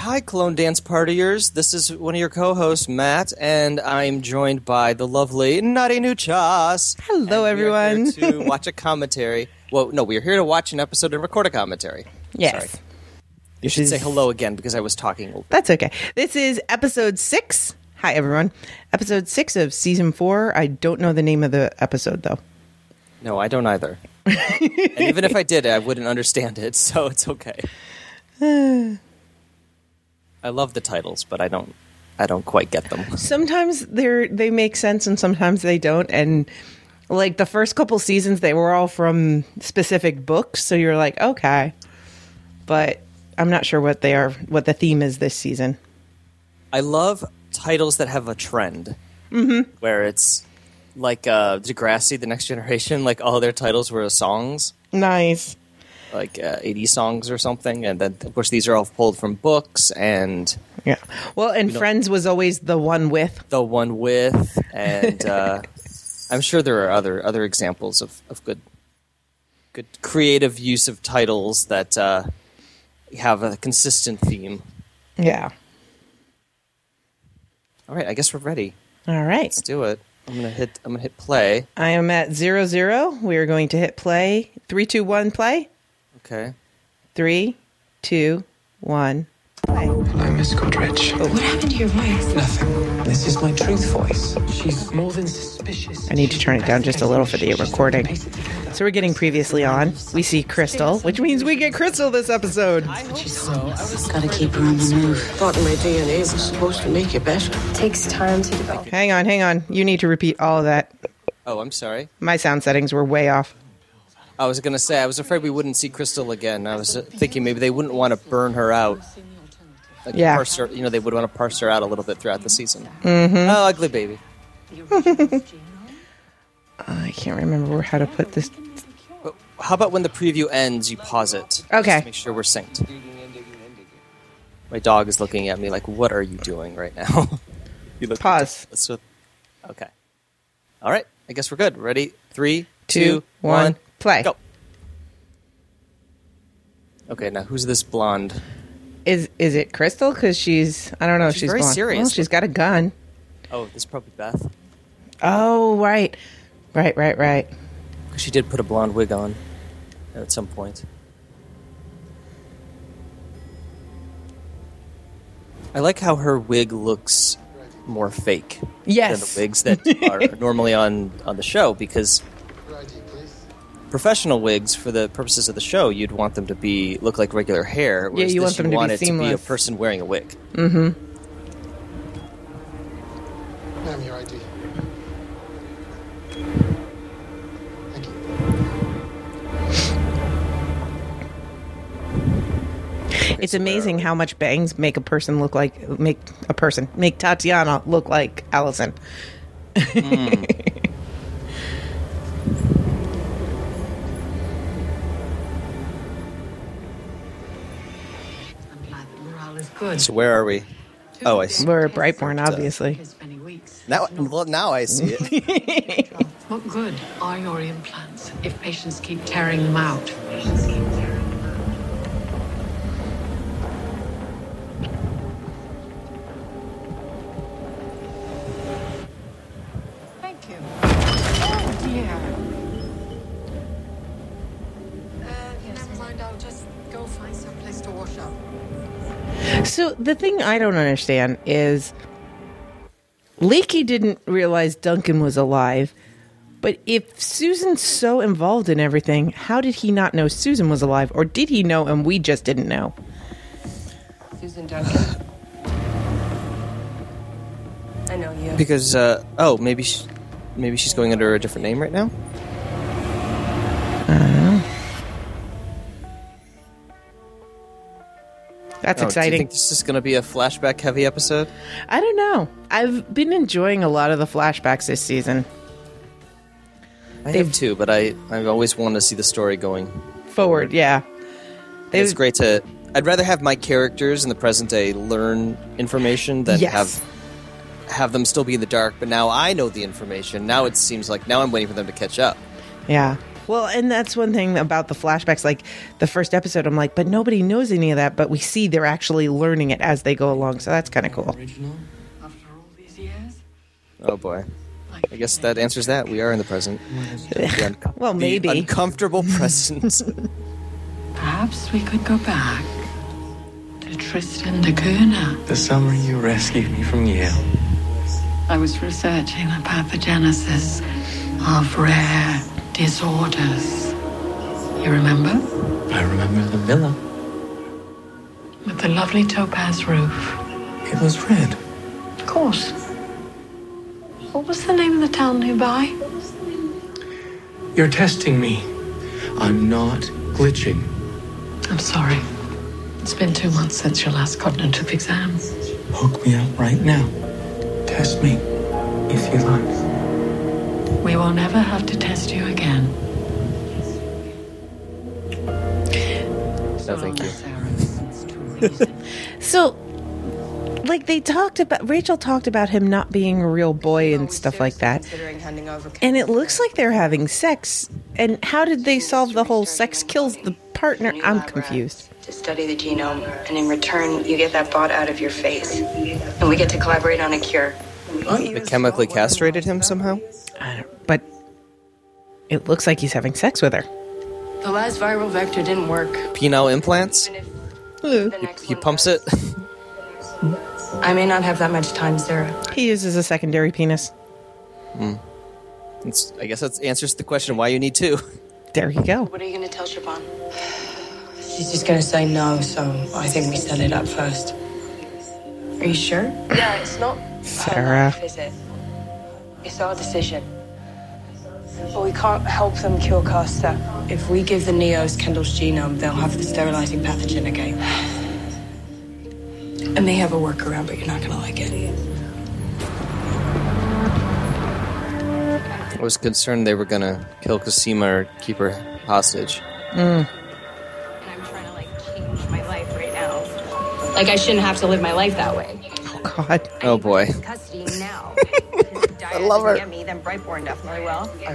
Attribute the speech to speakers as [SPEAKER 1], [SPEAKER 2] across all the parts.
[SPEAKER 1] Hi, Clone Dance Partiers. This is one of your co-hosts, Matt, and I'm joined by the lovely Nadi Nuchas.
[SPEAKER 2] Hello,
[SPEAKER 1] And we are
[SPEAKER 2] everyone.
[SPEAKER 1] Here to watch a commentary. Well, no, we're here to watch an episode and record a commentary.
[SPEAKER 2] Yes.
[SPEAKER 1] Sorry. You should say hello again because I was talking over.
[SPEAKER 2] That's okay. This is episode six. Hi, everyone. Episode six of season four. I don't know the name of the episode, though.
[SPEAKER 1] No, I don't either. and even if I did, I wouldn't understand it, so it's okay. I love the titles, but I don't. I don't quite get them.
[SPEAKER 2] Sometimes they're they make sense and sometimes they don't. And like the first couple seasons, they were all from specific books, so you're like, okay. But I'm not sure what they are, what the theme is this season.
[SPEAKER 1] I love titles that have a trend
[SPEAKER 2] Mm-hmm.
[SPEAKER 1] where it's like uh, Degrassi, The Next Generation. Like all their titles were songs,
[SPEAKER 2] Nice.
[SPEAKER 1] like uh, 80 songs or something, and then of course these are all pulled from books and
[SPEAKER 2] Yeah. Well, and Friends was always the one with.
[SPEAKER 1] the one with, and uh, I'm sure there are other other examples of, of good good creative use of titles that uh, have a consistent theme.
[SPEAKER 2] Yeah.
[SPEAKER 1] All right, I guess we're ready.
[SPEAKER 2] All right.
[SPEAKER 1] Let's do it. I'm gonna hit. I'm gonna hit play.
[SPEAKER 2] I am at zero zero. We are going to hit play. Three, two, one, play.
[SPEAKER 1] Okay.
[SPEAKER 2] Three, two, one. Oh.
[SPEAKER 3] I miss Goodrich.
[SPEAKER 4] What happened to your voice?
[SPEAKER 3] Nothing. This is my truth voice. She's more than suspicious.
[SPEAKER 2] I need to turn it down just a little for the recording. So we're getting previously on. We see Crystal, which means we get Crystal this episode.
[SPEAKER 4] Gotta keep her on the move.
[SPEAKER 5] thought my DNA was supposed to make you better.
[SPEAKER 6] takes time to develop.
[SPEAKER 2] Hang on, hang on. You need to repeat all of that.
[SPEAKER 1] Oh, I'm sorry.
[SPEAKER 2] My sound settings were way off.
[SPEAKER 1] I was going to say, I was afraid we wouldn't see Crystal again. I was uh, thinking maybe they wouldn't want to burn her out. Like
[SPEAKER 2] Yeah.
[SPEAKER 1] Parse her, you know, they would want to parse her out a little bit throughout the season. Mm-hmm. Oh, ugly baby.
[SPEAKER 2] I can't remember how to put this.
[SPEAKER 1] How about when the preview ends, you pause it? Just
[SPEAKER 2] Okay.
[SPEAKER 1] to make sure we're synced. My dog is looking at me like, what are you doing right now? you look
[SPEAKER 2] Pause.
[SPEAKER 1] That's what- okay. All right. I guess we're good. Ready? Three,
[SPEAKER 2] Two, one, play.
[SPEAKER 1] Go. Okay, now who's this blonde?
[SPEAKER 2] Is is it Crystal? Because she's I don't know. She's,
[SPEAKER 1] very
[SPEAKER 2] blonde.
[SPEAKER 1] serious.
[SPEAKER 2] Well, she's got a gun.
[SPEAKER 1] Oh, this is probably Beth.
[SPEAKER 2] Oh right, right, right, right.
[SPEAKER 1] Because she did put a blonde wig on at some point. I like how her wig looks more fake than
[SPEAKER 2] Yes.
[SPEAKER 1] the wigs that are normally on, on the show because professional wigs for the purposes of the show you'd want them to be look like regular hair whereas
[SPEAKER 2] you
[SPEAKER 1] this
[SPEAKER 2] want them to be
[SPEAKER 1] want it to be a
[SPEAKER 2] seamless.
[SPEAKER 1] person wearing a wig
[SPEAKER 2] Mm-hmm.
[SPEAKER 7] Ma'am, your ID. Thank you.
[SPEAKER 2] It's amazing how much bangs make a person look like make a person make Tatiana look like Allison.
[SPEAKER 1] Mm.
[SPEAKER 4] I'm glad that morale is good.
[SPEAKER 1] so where are we oh i see
[SPEAKER 2] We're Brightborn, obviously.
[SPEAKER 4] It's many weeks.
[SPEAKER 1] now, well, now i see it
[SPEAKER 4] What good are your implants if patients keep tearing them out? Thank you. Oh dear. Uh, Never mind, I'll just go find someplace to wash up.
[SPEAKER 2] So the thing I don't understand is Leaky didn't realize Duncan was alive, but if Susan's so involved in everything, how did he not know Susan was alive, or did he know and we just didn't know?
[SPEAKER 6] Susan Duncan. I know you.
[SPEAKER 1] because uh, oh maybe sh maybe she's going under a different name right now
[SPEAKER 2] That's
[SPEAKER 1] Oh, Do you
[SPEAKER 2] exciting.
[SPEAKER 1] think this is going to be a flashback heavy episode?
[SPEAKER 2] I don't know. I've been enjoying a lot of the flashbacks this season.
[SPEAKER 1] I
[SPEAKER 2] They've-
[SPEAKER 1] have too, but I I've always wanted to see the story going.
[SPEAKER 2] Forward, yeah. They-
[SPEAKER 1] It's great to. I'd rather have my characters in the present day learn information than
[SPEAKER 2] Yes.
[SPEAKER 1] have have them still be in the dark. But now I know the information. Now it seems like now I'm waiting for them to catch up.
[SPEAKER 2] Yeah. Well, and that's one thing about the flashbacks. Like the first episode, I'm like, but nobody knows any of that. But we see they're actually learning it as they go along. So that's kind of cool.
[SPEAKER 3] Original?
[SPEAKER 4] After all these years,
[SPEAKER 1] Oh boy. I guess that answers that. We are in the present. The un-
[SPEAKER 2] Well,
[SPEAKER 1] the
[SPEAKER 2] maybe.
[SPEAKER 1] uncomfortable present.
[SPEAKER 4] Perhaps we could go back to Tristan da Cunha.
[SPEAKER 3] The summer you rescued me from Yale.
[SPEAKER 4] I was researching the pathogenesis of rare disorders. You remember?
[SPEAKER 3] I remember the villa.
[SPEAKER 4] With the lovely topaz roof.
[SPEAKER 3] It was red.
[SPEAKER 4] Of course. What was the name of the town nearby?
[SPEAKER 3] You're testing me. I'm not glitching.
[SPEAKER 4] I'm sorry. It's been two months since your last cognitive exam.
[SPEAKER 3] Hook me up right now. Test me. If you like.
[SPEAKER 4] We will never have to test you again.
[SPEAKER 1] No, thank you.
[SPEAKER 2] So, like they talked about, Rachel talked about him not being a real boy and stuff like that.
[SPEAKER 6] Considering handing over
[SPEAKER 2] And it looks like they're having sex. And how did they solve the whole sex kills the partner? I'm confused.
[SPEAKER 8] to study the genome, and in return, you get that bot out of your face, and we get to collaborate on a cure.
[SPEAKER 1] They chemically castrated him somehow?
[SPEAKER 2] But it looks like he's having sex with her.
[SPEAKER 8] The last viral vector didn't work.
[SPEAKER 1] Penile implants?
[SPEAKER 8] The next
[SPEAKER 1] He
[SPEAKER 8] one
[SPEAKER 1] pumps it?
[SPEAKER 8] does. I may not have that much time, Sarah.
[SPEAKER 2] He uses a secondary penis.
[SPEAKER 1] It's, I guess that answers the question why you need two.
[SPEAKER 2] There you go.
[SPEAKER 8] What are you going to tell Siobhan? She's just going to say no, so I think we set it up first. Are you sure? Yeah, it's not her
[SPEAKER 2] Sarah.
[SPEAKER 8] life, is it? It's our decision. But we can't help them cure Caster. If we give the Neos Kendall's genome, they'll have the sterilizing pathogen again. And they have a workaround, but you're not going to like it.
[SPEAKER 1] I was concerned they were gonna kill Cosima or keep her hostage.
[SPEAKER 2] Mm.
[SPEAKER 6] and I'm trying to like change my life right now. Like I shouldn't have to live my life that way.
[SPEAKER 2] Oh, God.
[SPEAKER 1] Oh boy.
[SPEAKER 6] Custody now. I love her. Get me, then Brightborn definitely will.
[SPEAKER 8] All right, I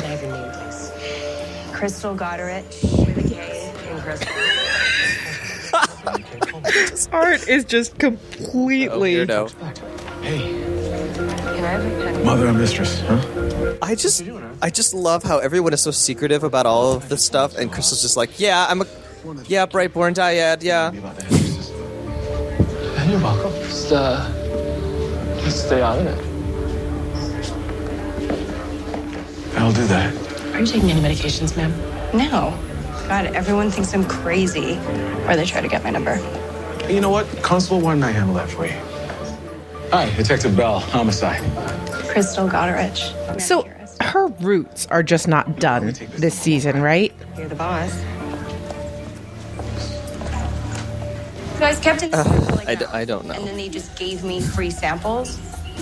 [SPEAKER 8] have your name, please.
[SPEAKER 6] Crystal Goddard with a K in Crystal.
[SPEAKER 2] Art is just
[SPEAKER 1] Oh,
[SPEAKER 2] completely.
[SPEAKER 1] weirdo.
[SPEAKER 3] Hey,
[SPEAKER 8] Can I have a pen?
[SPEAKER 3] mother and mistress, huh?
[SPEAKER 1] I just, I just love how everyone is so secretive about all of this stuff, and Crystal's just like, yeah, I'm a, yeah, Brightborn Dyad, yeah.
[SPEAKER 3] About the hairdressers.
[SPEAKER 7] You're welcome. Just, uh, just stay out of it.
[SPEAKER 3] I'll do that.
[SPEAKER 8] Are you taking any medications, ma'am?
[SPEAKER 6] No. God, everyone thinks I'm crazy. Or they try to get my number.
[SPEAKER 3] You know what? Constable One Night handle that for you. Hi, Detective Bell, homicide.
[SPEAKER 6] Crystal Goderich.
[SPEAKER 2] So
[SPEAKER 6] Manicurist.
[SPEAKER 2] her roots are just not done this season, right?
[SPEAKER 6] You're the boss. You guys kept it.
[SPEAKER 1] I, d- I don't
[SPEAKER 6] And
[SPEAKER 1] know.
[SPEAKER 6] then they just gave me free samples.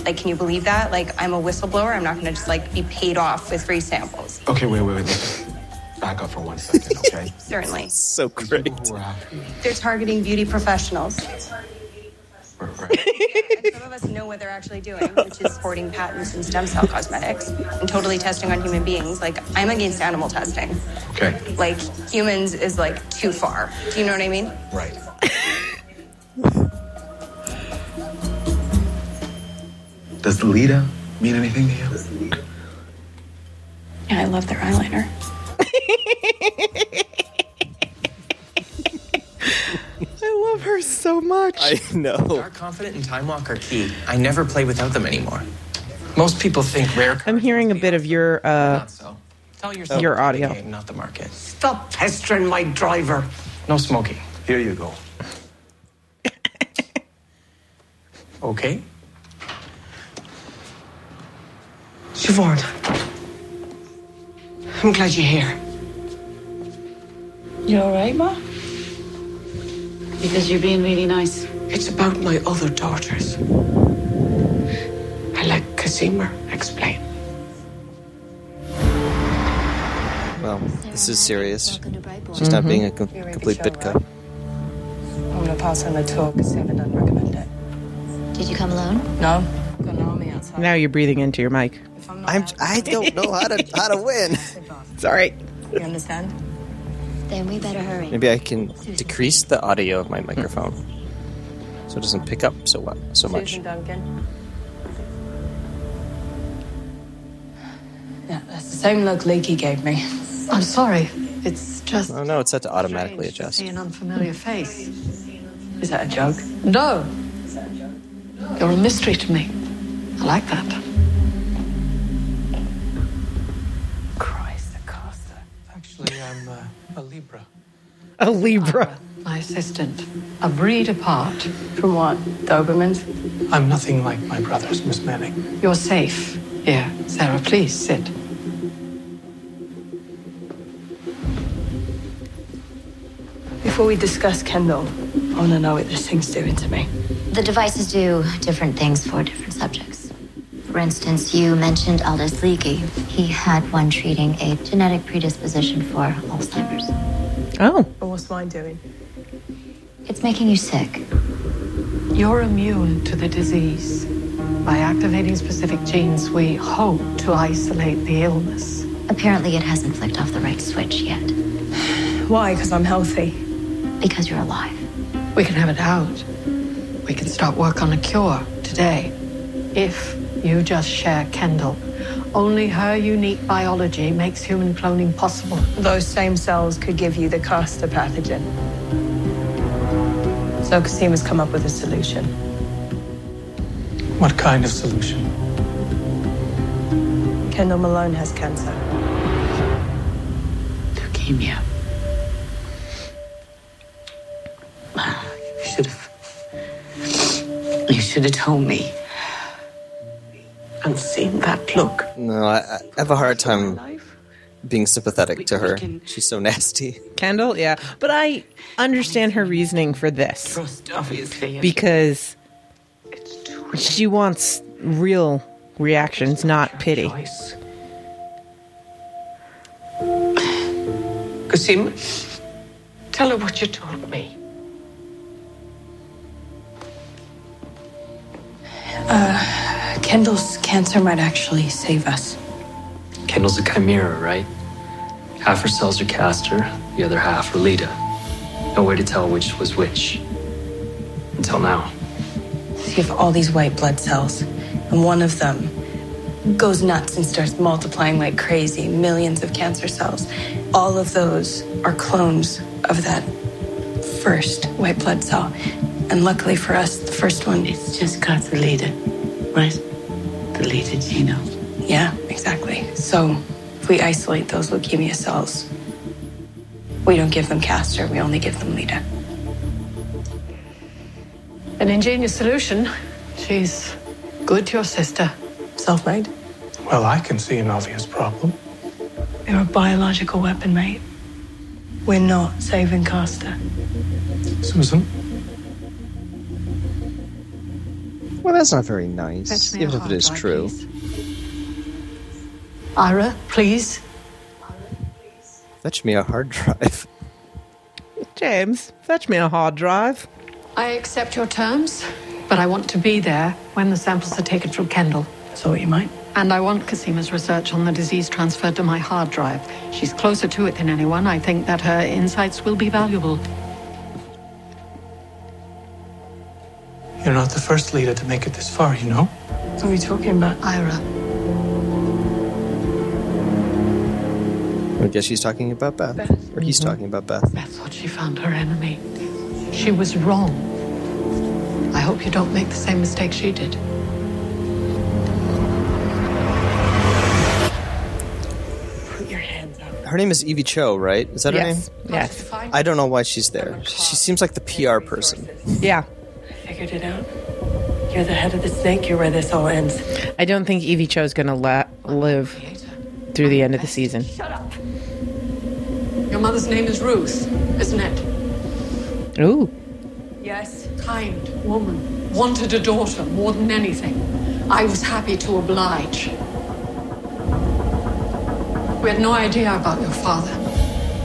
[SPEAKER 6] Like, can you believe that? Like, I'm a whistleblower. I'm not going to just like be paid off with free samples.
[SPEAKER 3] Okay, wait, wait, wait. let's Back up for one second, okay?
[SPEAKER 6] Certainly,
[SPEAKER 1] So great.
[SPEAKER 3] People who are after you
[SPEAKER 6] they're targeting beauty professionals.
[SPEAKER 3] were right.
[SPEAKER 6] Some of us know what they're actually doing, which is sporting patents and stem cell cosmetics and totally testing on human beings. Like, I'm against animal testing.
[SPEAKER 3] Okay,
[SPEAKER 6] Like, humans is like too far. Do you know what I mean?
[SPEAKER 3] right. Does Lita mean anything to you?
[SPEAKER 6] Yeah, I love their eyeliner.
[SPEAKER 2] I love her so much.
[SPEAKER 1] I know.
[SPEAKER 9] Are confident in Time Walk are key. I never play without them anymore. Most people think rare. Cards
[SPEAKER 2] I'm hearing a bit of your uh
[SPEAKER 9] Not so. Tell yourself
[SPEAKER 2] Your
[SPEAKER 9] it's the
[SPEAKER 2] audio.
[SPEAKER 9] game, not the market.
[SPEAKER 3] Stop pestering my driver.
[SPEAKER 9] No smoking.
[SPEAKER 3] Here you go.
[SPEAKER 9] Okay.
[SPEAKER 5] Siobhan, I'm glad you're here.
[SPEAKER 8] You all right, Ma?
[SPEAKER 4] Because you're being really nice.
[SPEAKER 5] It's about my other daughters. I let Casimir explain.
[SPEAKER 1] Well, this is serious. She's not being a com-
[SPEAKER 10] Mm-hmm.
[SPEAKER 1] complete bitco.
[SPEAKER 8] I'm gonna pass on the tour because Sarah doesn't recommend it.
[SPEAKER 11] Did you come alone?
[SPEAKER 8] No? Got an army outside.
[SPEAKER 2] now you're breathing into your mic.
[SPEAKER 8] If I'm not
[SPEAKER 1] I'm,
[SPEAKER 8] out,
[SPEAKER 1] I don't know how to how to win.
[SPEAKER 2] Sorry.
[SPEAKER 6] You understand?
[SPEAKER 11] Then we better hurry.
[SPEAKER 1] Maybe I can decrease the audio of my microphone so it doesn't pick up so what so much.
[SPEAKER 6] Susan Duncan.
[SPEAKER 8] Yeah, that's the same look Leaky gave me.
[SPEAKER 10] I'm sorry. It's just
[SPEAKER 1] Oh no, it's set to automatically adjust.
[SPEAKER 10] see an unfamiliar face.
[SPEAKER 8] Is that a joke?
[SPEAKER 10] No. You're a mystery to me. I like that.
[SPEAKER 8] Christ, the caster.
[SPEAKER 7] Actually, I'm uh, a Libra.
[SPEAKER 2] A Libra.
[SPEAKER 10] Um, My assistant. A breed apart.
[SPEAKER 8] From what? Dobermans?
[SPEAKER 7] I'm nothing like my brothers, Miss Manning.
[SPEAKER 10] You're safe. Here, Sarah, please sit.
[SPEAKER 8] Before we discuss Kendall, I want to know what this thing's doing to me.
[SPEAKER 11] The devices do different things for different subjects. For instance, you mentioned Aldous Leakey. He had one treating a genetic predisposition for Alzheimer's.
[SPEAKER 2] Oh.
[SPEAKER 8] But what's mine doing?
[SPEAKER 11] It's making you sick.
[SPEAKER 10] You're immune to the disease. By activating specific genes, we hope to isolate the illness.
[SPEAKER 11] Apparently, it hasn't flicked off the right switch yet.
[SPEAKER 8] Why? Because I'm healthy.
[SPEAKER 11] Because you're alive.
[SPEAKER 10] We can have it out. We can start work on a cure today. If you just share Kendall. Only her unique biology makes human cloning possible.
[SPEAKER 8] Those same cells could give you the caster pathogen. So Casima's come up with a solution.
[SPEAKER 7] What kind of solution?
[SPEAKER 8] Kendall Malone has cancer.
[SPEAKER 10] Leukemia.
[SPEAKER 5] You should have. You should have told me. And seen that look.
[SPEAKER 1] No, I, I have a hard time being sympathetic to her. She's so nasty.
[SPEAKER 2] Kendall, yeah. But I understand her reasoning for this
[SPEAKER 5] Obviously.
[SPEAKER 2] because she wants real reactions, not pity.
[SPEAKER 5] Kasim, tell her what you told me.
[SPEAKER 4] Kendall's cancer might actually save us.
[SPEAKER 12] Kendall's a chimera, right? Half her cells are Castor, the other half are Lita. No way to tell which was which. Until now.
[SPEAKER 6] So you have all these white blood cells, and one of them goes nuts and starts multiplying like crazy, millions of cancer cells. All of those are clones of that first white blood cell. And luckily for us, the first one. It's just got the leader, right? The leader genome. Yeah, exactly. So if we isolate those leukemia cells, we don't give them castor, we only give them leader.
[SPEAKER 10] An ingenious solution. She's good to your sister.
[SPEAKER 8] Self made?
[SPEAKER 7] Well, I can see an obvious problem.
[SPEAKER 8] You're a biological weapon, mate. We're not saving Caster.
[SPEAKER 7] Susan,
[SPEAKER 1] Well, that's not very nice,
[SPEAKER 10] Fetch me a
[SPEAKER 1] even if it
[SPEAKER 10] hard
[SPEAKER 1] is
[SPEAKER 10] drive,
[SPEAKER 1] true.
[SPEAKER 10] Ira, please.
[SPEAKER 1] Fetch me a hard drive.
[SPEAKER 2] James, fetch me a hard drive.
[SPEAKER 10] I accept your terms, but I want to be there when the samples are taken from Kendall.
[SPEAKER 8] So what you might?
[SPEAKER 10] And I want Casima's research on the disease transferred to my hard drive. She's closer to it than anyone. I think that her insights will be valuable.
[SPEAKER 7] you're not the first leader to make it this far, you know?
[SPEAKER 8] What are we talking about?
[SPEAKER 10] Ira,
[SPEAKER 1] I guess she's talking about Beth. Or he's talking about Beth.
[SPEAKER 10] Beth thought she found her enemy. She was wrong. I hope you don't make the same mistake she did.
[SPEAKER 1] Her name is Evie Cho, right? Is that
[SPEAKER 2] Yes.
[SPEAKER 1] her
[SPEAKER 2] Yes.
[SPEAKER 1] name? I don't know why she's there. She seems like the PR person.
[SPEAKER 2] Yeah.
[SPEAKER 8] Figured it out. You're the head of the snake. You're where this all ends.
[SPEAKER 2] I don't think Evie Cho's going to la- live through the end of the season.
[SPEAKER 10] Shut up. Your mother's name is Ruth, isn't it?
[SPEAKER 2] Ooh.
[SPEAKER 10] Yes. Kind woman. Wanted a daughter more than anything. I was happy to oblige. We had no idea about your father.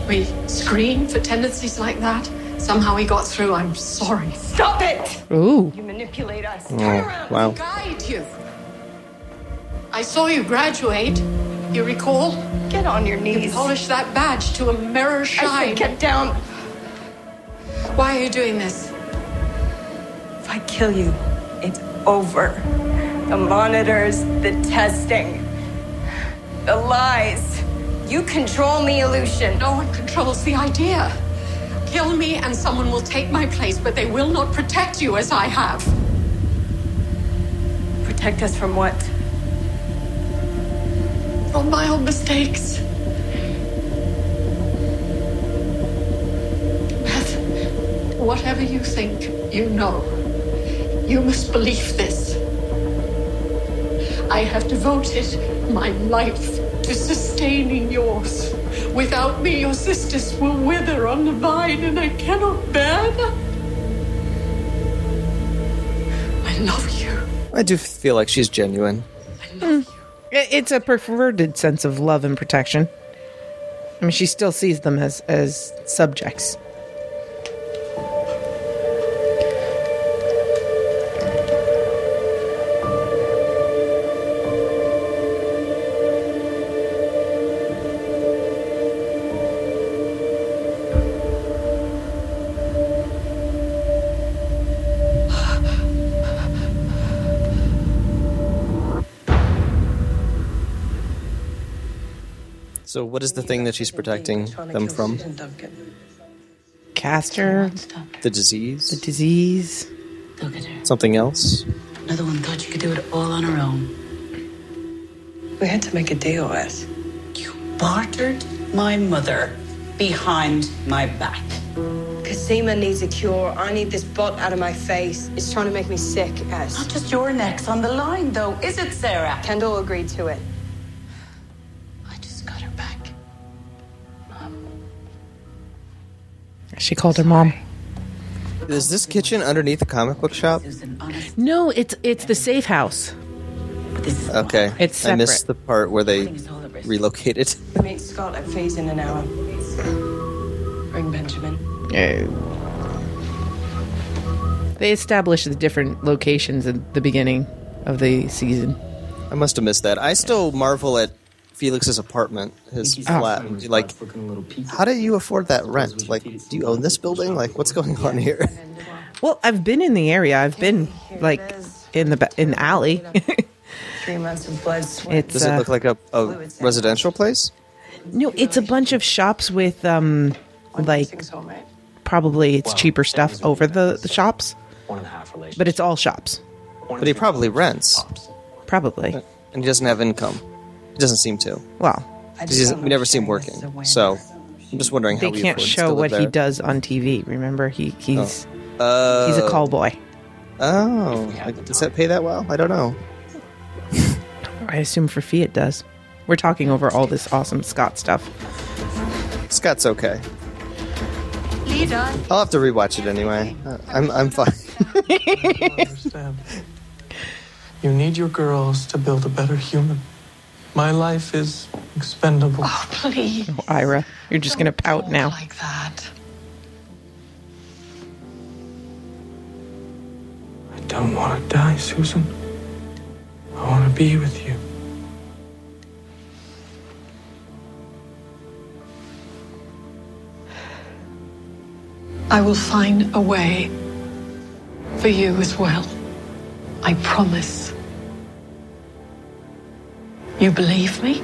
[SPEAKER 10] We screened for tendencies like that. Somehow he got through. I'm sorry. Stop it!
[SPEAKER 2] Ooh.
[SPEAKER 8] You manipulate us.
[SPEAKER 1] Oh, wow.
[SPEAKER 10] guide you. I saw you graduate. You recall? Get on your knees. You polish that badge to a mirror shine. get down. Why are you doing this?
[SPEAKER 6] If I kill you, it's over. The monitors, the testing, the lies. You control the illusion.
[SPEAKER 10] No one controls the idea. Kill me and someone will take my place, but they will not protect you as I have.
[SPEAKER 6] Protect us from what?
[SPEAKER 10] From my own mistakes. Beth, whatever you think, you know. You must believe this. I have devoted my life to sustaining yours. Without me, your sisters will wither on the vine, and I cannot bear that. I love you.
[SPEAKER 1] I do feel like she's genuine.
[SPEAKER 2] Mm. I- It's a perverted sense of love and protection. I mean, she still sees them as as subjects.
[SPEAKER 1] So, what is the thing that she's protecting them from?
[SPEAKER 2] Caster,
[SPEAKER 1] The disease? The
[SPEAKER 2] disease.
[SPEAKER 5] Look at her.
[SPEAKER 1] Something else?
[SPEAKER 5] Another one thought she could do it all on her own.
[SPEAKER 8] We had to make a deal, Wes.
[SPEAKER 5] Bartered my mother behind my back.
[SPEAKER 8] Kasima needs a cure. I need this bot out of my face. It's trying to make me sick, Es. Not
[SPEAKER 5] just your neck's on the line, though, is it, Sarah?
[SPEAKER 8] Kendall agreed to it.
[SPEAKER 2] She called her mom.
[SPEAKER 1] Is this kitchen underneath the comic book shop?
[SPEAKER 2] No, it's it's the safe house.
[SPEAKER 1] Okay.
[SPEAKER 2] It's
[SPEAKER 1] I missed the
[SPEAKER 2] separate.
[SPEAKER 1] part where they relocated.
[SPEAKER 8] Meet Scott at Fees in an hour. Bring Benjamin.
[SPEAKER 2] They established the different locations at the beginning of the season.
[SPEAKER 1] I must have missed that. I still marvel at Felix's apartment, his
[SPEAKER 2] Oh.
[SPEAKER 1] flat. Like, how do you afford that rent? Like, do you own this building? Like, what's going on here?
[SPEAKER 2] Well, I've been in the area. I've been like in the ba- in the alley.
[SPEAKER 8] Three months of blood, sweat.
[SPEAKER 2] It's,
[SPEAKER 1] Does it
[SPEAKER 2] uh,
[SPEAKER 1] look like a, a residential place?
[SPEAKER 2] no, it's a bunch of shops with um like probably it's cheaper stuff over the, the shops, but it's all shops
[SPEAKER 1] But he probably rents.
[SPEAKER 2] probably.
[SPEAKER 1] And he doesn't have income. He doesn't seem to.
[SPEAKER 2] Well,
[SPEAKER 1] Because he's- we never see him working. So, I'm just wondering
[SPEAKER 2] they
[SPEAKER 1] how he
[SPEAKER 2] can't
[SPEAKER 1] affords
[SPEAKER 2] show
[SPEAKER 1] to live
[SPEAKER 2] what he
[SPEAKER 1] there.
[SPEAKER 2] does on TV. Remember, he he's
[SPEAKER 1] Oh.
[SPEAKER 2] he's a call boy.
[SPEAKER 1] Oh, like, does that pay that well? I don't know.
[SPEAKER 2] I assume for fee it does. We're talking over all this awesome Scott stuff.
[SPEAKER 1] Scott's okay.
[SPEAKER 10] Leader,
[SPEAKER 1] I'll have to rewatch it anyway. Uh, I'm I'm fine.
[SPEAKER 7] You need your girls to build a better human. My life is expendable.
[SPEAKER 10] please.
[SPEAKER 2] Oh, Ira, you're just gonna pout now.
[SPEAKER 10] Like that.
[SPEAKER 7] I don't want to die, Susan. I want to be with you.
[SPEAKER 10] I will find a way for you as well. I promise. You believe me?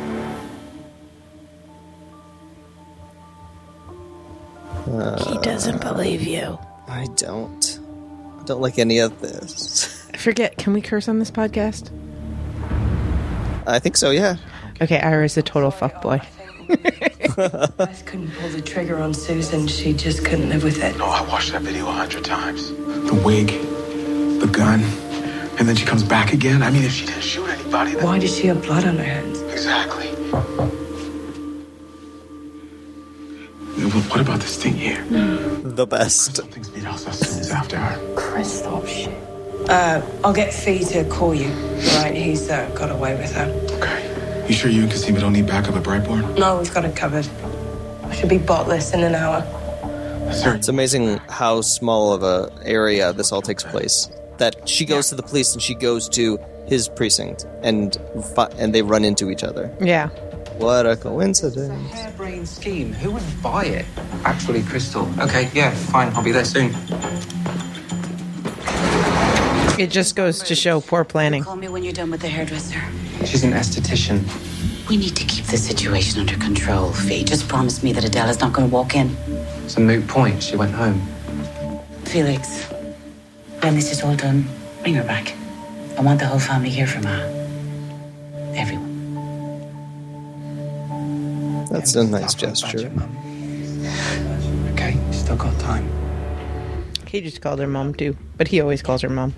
[SPEAKER 1] he
[SPEAKER 2] doesn't believe you.
[SPEAKER 1] I don't. I don't like any of this.
[SPEAKER 2] I forget. Can we curse on this podcast?
[SPEAKER 1] I think so. Yeah.
[SPEAKER 2] Okay, Ira's a total fuckboy.
[SPEAKER 8] Wes couldn't pull the trigger on Susan. She just couldn't live with it.
[SPEAKER 3] No, I watched that video a hundred times. The wig, the gun, and then she comes back again. I mean, if she didn't shoot anybody, then...
[SPEAKER 8] Why does she have blood on her hands?
[SPEAKER 3] Exactly. What, what about this thing here?
[SPEAKER 1] The best.
[SPEAKER 3] Things beat us as soon as after her.
[SPEAKER 8] Crystal shit. Uh, I'll get Fee to call you. Right, he's uh, got away with her.
[SPEAKER 3] You sure you and Casima don't need backup at Brightborn?
[SPEAKER 8] No, we've got it covered. I should be botless in an hour.
[SPEAKER 1] It's amazing how small of a area this all takes place. That she goes to the police and she goes to his precinct, and fi- and they run into each other.
[SPEAKER 2] Yeah.
[SPEAKER 1] What a coincidence.
[SPEAKER 9] Hairbrained scheme. Who would buy it? Actually, Crystal. Okay, yeah, fine. I'll be there soon.
[SPEAKER 2] It just goes to show poor planning.
[SPEAKER 5] Call me when you're done with the hairdresser.
[SPEAKER 9] She's an esthetician.
[SPEAKER 5] We need to keep the situation under control, Fee. Just promise me that Adele is not going to walk in.
[SPEAKER 9] It's a moot point. She went home.
[SPEAKER 5] Felix, when this is all done, bring her back. I want the whole family here from her. Everyone.
[SPEAKER 1] That's a nice gesture.
[SPEAKER 9] Okay, still got time.
[SPEAKER 2] He just called her mom too, but he always calls her mom.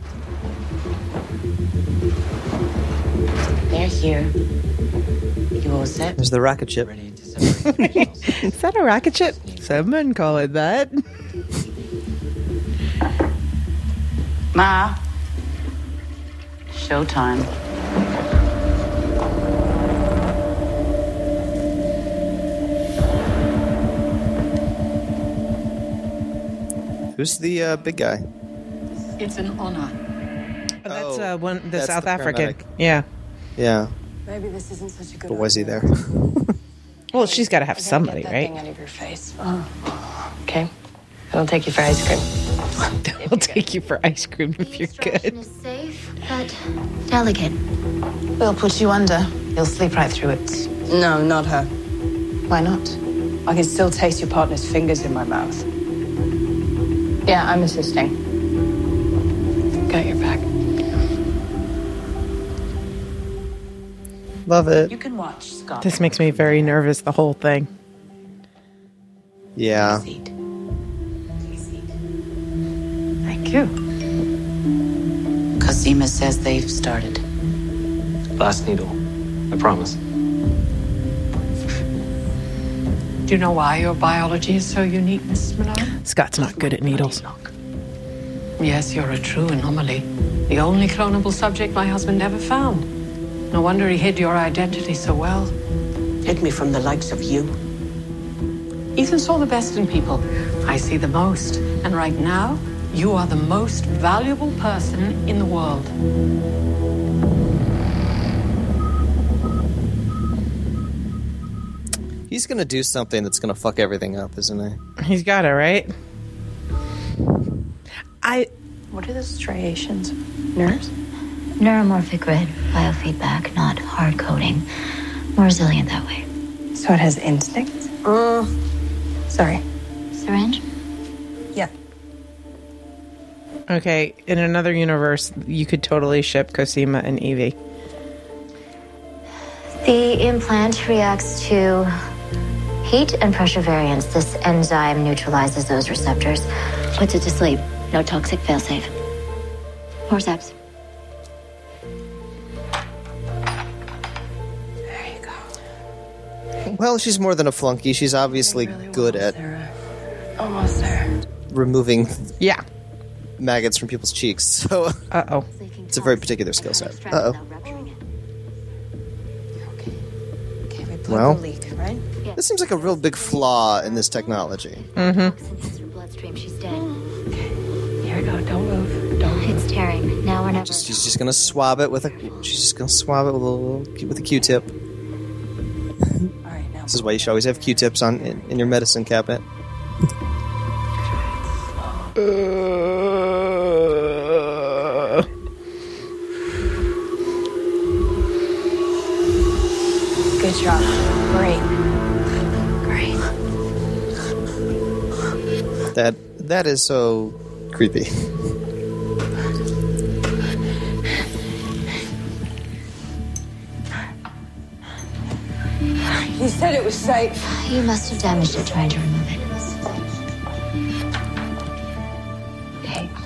[SPEAKER 5] They're here. You all set?
[SPEAKER 1] There's the rocket ship.
[SPEAKER 2] Is that a rocket ship? Some men call it that.
[SPEAKER 5] Ma. Showtime.
[SPEAKER 1] Who's the uh, big guy?
[SPEAKER 10] It's an honor.
[SPEAKER 2] that's uh, one the
[SPEAKER 10] that's
[SPEAKER 2] South
[SPEAKER 10] the
[SPEAKER 2] African.
[SPEAKER 10] paramedic.
[SPEAKER 2] Yeah.
[SPEAKER 1] Yeah,
[SPEAKER 8] Maybe this isn't such a good
[SPEAKER 1] but was he there?
[SPEAKER 2] Well, she's got to have somebody,
[SPEAKER 8] that
[SPEAKER 2] right?
[SPEAKER 8] thing out of your face.
[SPEAKER 2] Oh.
[SPEAKER 8] Okay. I'll take you for ice cream.
[SPEAKER 2] I'll take you for ice cream if you're good.
[SPEAKER 11] Safe, but delicate.
[SPEAKER 6] We'll put you under. You'll sleep right through it.
[SPEAKER 8] No, not her.
[SPEAKER 6] Why not?
[SPEAKER 8] I can still taste your partner's fingers in my mouth. Yeah, I'm assisting. Got your back.
[SPEAKER 1] Love it.
[SPEAKER 5] You can watch, Scott.
[SPEAKER 2] This makes me very nervous. The whole thing.
[SPEAKER 1] Yeah.
[SPEAKER 5] Thank you. Cosima says they've started.
[SPEAKER 12] Last needle. I promise.
[SPEAKER 10] Do you know why your biology is so unique, Mrs. Malone?
[SPEAKER 2] Scott's not good at needles.
[SPEAKER 10] Yes, you're a true anomaly. The only clonable subject my husband ever found. No wonder he hid your identity so well.
[SPEAKER 5] Hid me from the likes of you.
[SPEAKER 10] Ethan saw the best in people. I see the most. And right now, you are the most valuable person in the world.
[SPEAKER 1] He's gonna do something that's gonna fuck everything up, isn't he?
[SPEAKER 2] He's got it right. I.
[SPEAKER 8] What are those striations? Nerves?
[SPEAKER 11] Neuromorphic grid, biofeedback, not hard coding. More resilient that way.
[SPEAKER 8] So it has instinct?
[SPEAKER 11] Mm.
[SPEAKER 8] Uh, sorry.
[SPEAKER 11] Syringe?
[SPEAKER 2] Okay, in another universe, you could totally ship Cosima and Evie.
[SPEAKER 11] The implant reacts to heat and pressure variance. This enzyme neutralizes those receptors. Puts it to sleep. No toxic failsafe. Forceps.
[SPEAKER 1] Well, she's more than a flunky. She's obviously good at
[SPEAKER 8] Almost there.
[SPEAKER 1] removing
[SPEAKER 2] yeah
[SPEAKER 1] maggots from people's cheeks. So
[SPEAKER 2] uh oh,
[SPEAKER 1] it's a very particular skill set. Uh oh. Well, this seems like a real big flaw in this technology.
[SPEAKER 11] Mm-hmm. Into her bloodstream. She's dead.
[SPEAKER 10] Here we go. Don't move. Don't.
[SPEAKER 11] It's tearing. Now or never.
[SPEAKER 1] Just, she's just gonna swab it with a. She's just gonna swab it with a little, with a Q-tip. this is why you should always have Q-tips on in, in your medicine cabinet. Uh,
[SPEAKER 8] Good job. Great. Great.
[SPEAKER 1] That that is so creepy.
[SPEAKER 8] You said it was safe.
[SPEAKER 11] You must have damaged it trying to remove it.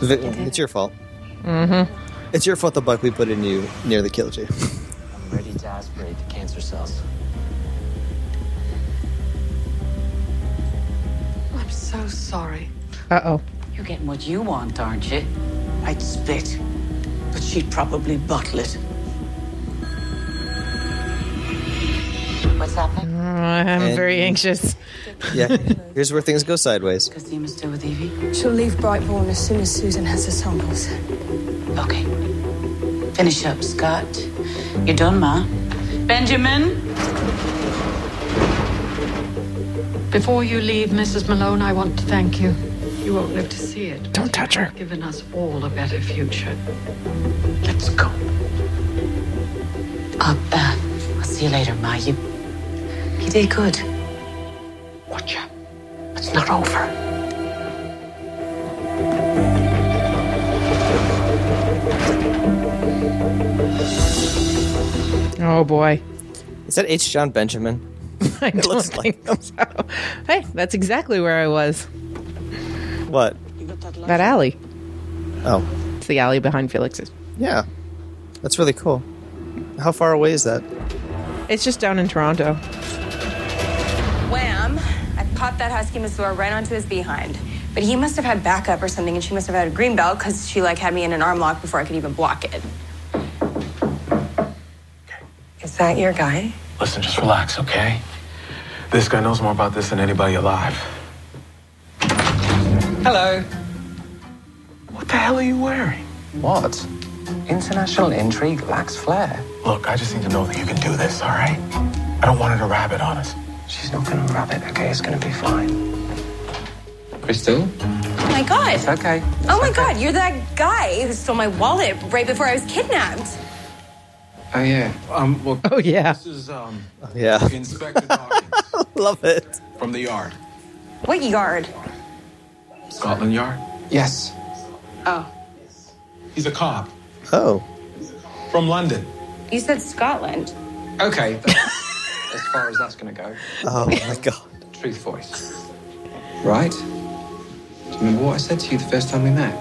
[SPEAKER 1] Vic, It's your fault.
[SPEAKER 2] Mm-hmm.
[SPEAKER 1] It's your fault the bug we put in you nearly killed you.
[SPEAKER 12] I'm ready to aspirate the cancer cells.
[SPEAKER 10] I'm so sorry.
[SPEAKER 2] Uh oh.
[SPEAKER 5] You're getting what you want, aren't you? I'd spit, but she'd probably bottle it. What's happening?
[SPEAKER 2] Uh, I'm
[SPEAKER 1] And-
[SPEAKER 2] very anxious.
[SPEAKER 1] yeah, here's where things go sideways.
[SPEAKER 5] Cosima still with Evie?
[SPEAKER 8] She'll leave Brightborn as soon as Susan has the samples.
[SPEAKER 5] Okay. Finish up, Scott. You're done, Ma. Benjamin?
[SPEAKER 10] Before you leave, Mrs. Malone, I want to thank you. You won't live to see it. Don't touch her. Given us all a better future. Let's go.
[SPEAKER 5] Up. Uh, I'll see you later, Ma. You, you did good. Watch out. It's not over.
[SPEAKER 2] Oh boy.
[SPEAKER 1] Is that H. John Benjamin?
[SPEAKER 2] I don't think so. Hey, that's exactly where I was.
[SPEAKER 1] What?
[SPEAKER 2] That alley.
[SPEAKER 1] Oh,
[SPEAKER 2] It's the alley behind Felix's.
[SPEAKER 1] yeah. That's really cool. How far away is that?
[SPEAKER 2] It's just down in Toronto.
[SPEAKER 6] Wham! I popped that husky masseur right onto his behind. But he must have had backup or something, and she must have had a green belt because she like had me in an arm lock before I could even block it.
[SPEAKER 3] Is that your guy? Listen, just relax, okay? This guy knows more about this than anybody alive.
[SPEAKER 9] Hello.
[SPEAKER 3] What the hell are you wearing?
[SPEAKER 9] What? International intrigue lacks flair.
[SPEAKER 3] Look, I just need to know that you can do this, all right? I don't want her to rabbit on us.
[SPEAKER 9] She's not gonna rub it, okay? It's gonna be fine. Crystal?
[SPEAKER 6] Oh my god!
[SPEAKER 9] It's okay.
[SPEAKER 6] Oh my god, you're that guy who stole my wallet right before I was kidnapped.
[SPEAKER 9] Oh yeah. Um. Well,
[SPEAKER 2] oh yeah.
[SPEAKER 9] This is um.
[SPEAKER 1] Yeah.
[SPEAKER 9] Inspector Dawkins.
[SPEAKER 1] Love it.
[SPEAKER 9] From the yard,
[SPEAKER 6] What yard?
[SPEAKER 9] Scotland Yard. Yes.
[SPEAKER 6] Oh.
[SPEAKER 9] He's a cop
[SPEAKER 1] Oh.
[SPEAKER 9] from London.
[SPEAKER 6] You said Scotland.
[SPEAKER 9] Okay. that's- as far as that's gonna go. Um,
[SPEAKER 1] Oh my god.
[SPEAKER 9] Truth voice. Right. Do you remember what I said to you the first time we met?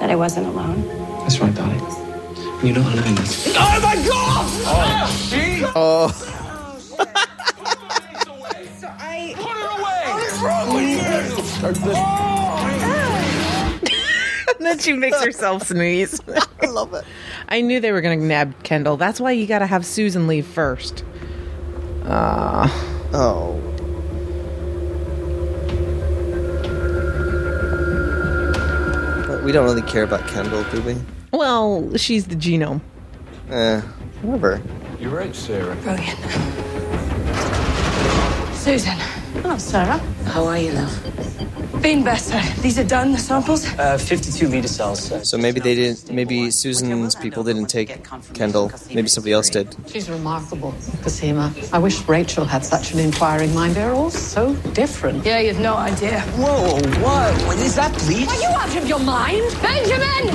[SPEAKER 6] That I wasn't alone.
[SPEAKER 9] That's right, darling. You're not alone.
[SPEAKER 6] Oh my god!
[SPEAKER 9] Oh, she.
[SPEAKER 1] Oh.
[SPEAKER 6] Put her away! What is wrong with you?
[SPEAKER 2] and then she makes herself sneeze.
[SPEAKER 1] I love it.
[SPEAKER 2] I knew they were going to nab Kendall. That's why you got to have Susan leave first. Uh,
[SPEAKER 1] oh. But we don't really care about Kendall, do we?
[SPEAKER 2] Well, she's the genome.
[SPEAKER 1] Eh, whatever.
[SPEAKER 3] You're right, Sarah.
[SPEAKER 2] Oh,
[SPEAKER 6] Brilliant. Susan. Oh, Sarah.
[SPEAKER 5] How are you, love?
[SPEAKER 6] Bean Bester. These are done, the samples?
[SPEAKER 9] Uh, 52 liter cells. uh,
[SPEAKER 1] So maybe they didn't. Maybe Susan's people didn't take Kendall. Maybe somebody else did.
[SPEAKER 10] She's remarkable, Cosima. I wish Rachel had such an inquiring mind. They're all so different.
[SPEAKER 8] Yeah, you've no idea.
[SPEAKER 9] Whoa, whoa, what is that, please?
[SPEAKER 10] Are you out of your mind?
[SPEAKER 8] Benjamin!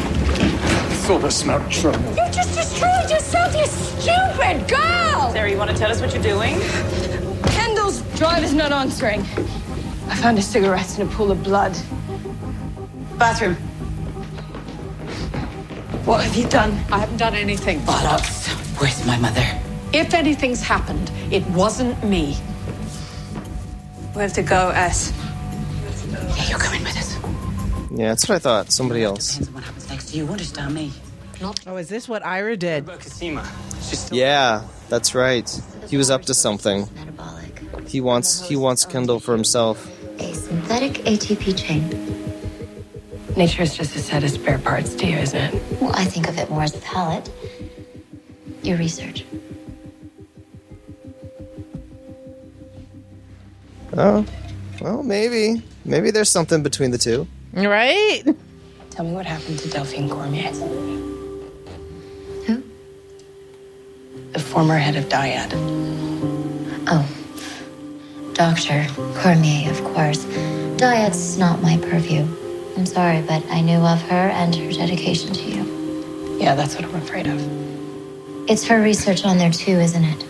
[SPEAKER 9] Silver's not trouble.
[SPEAKER 8] You just destroyed yourself, you stupid girl!
[SPEAKER 6] Sarah, you want to tell us what you're doing?
[SPEAKER 8] Kendall's driver's not answering. I found a cigarette in a pool of blood.
[SPEAKER 6] Bathroom.
[SPEAKER 8] What have you done?
[SPEAKER 10] I haven't done anything.
[SPEAKER 5] Bollocks. Where's my mother?
[SPEAKER 10] If anything's happened, it wasn't me.
[SPEAKER 6] We have to go, S.
[SPEAKER 5] Yeah, you're coming with us.
[SPEAKER 1] Yeah, that's what I thought. Somebody else.
[SPEAKER 5] Depends on what happens next. Do you understand me?
[SPEAKER 2] Oh, is this what Ira did?
[SPEAKER 1] Yeah, that's right. He was up to something.
[SPEAKER 11] Metabolic.
[SPEAKER 1] He wants. He wants Kendall for himself.
[SPEAKER 11] A synthetic ATP chain.
[SPEAKER 8] Nature is just a set of spare parts to you, isn't it?
[SPEAKER 11] Well, I think of it more as a palette. Your research.
[SPEAKER 1] Oh, well, maybe. Maybe there's something between the two.
[SPEAKER 2] Right?
[SPEAKER 8] Tell me what happened to Delphine Cormier.
[SPEAKER 11] Who?
[SPEAKER 8] The former head of Dyad.
[SPEAKER 11] Oh. Dr. Cormier, of course. Diet's not my purview. I'm sorry, but I knew of her and her dedication to you.
[SPEAKER 8] Yeah, that's what I'm afraid of.
[SPEAKER 11] It's her research on there, too, isn't it?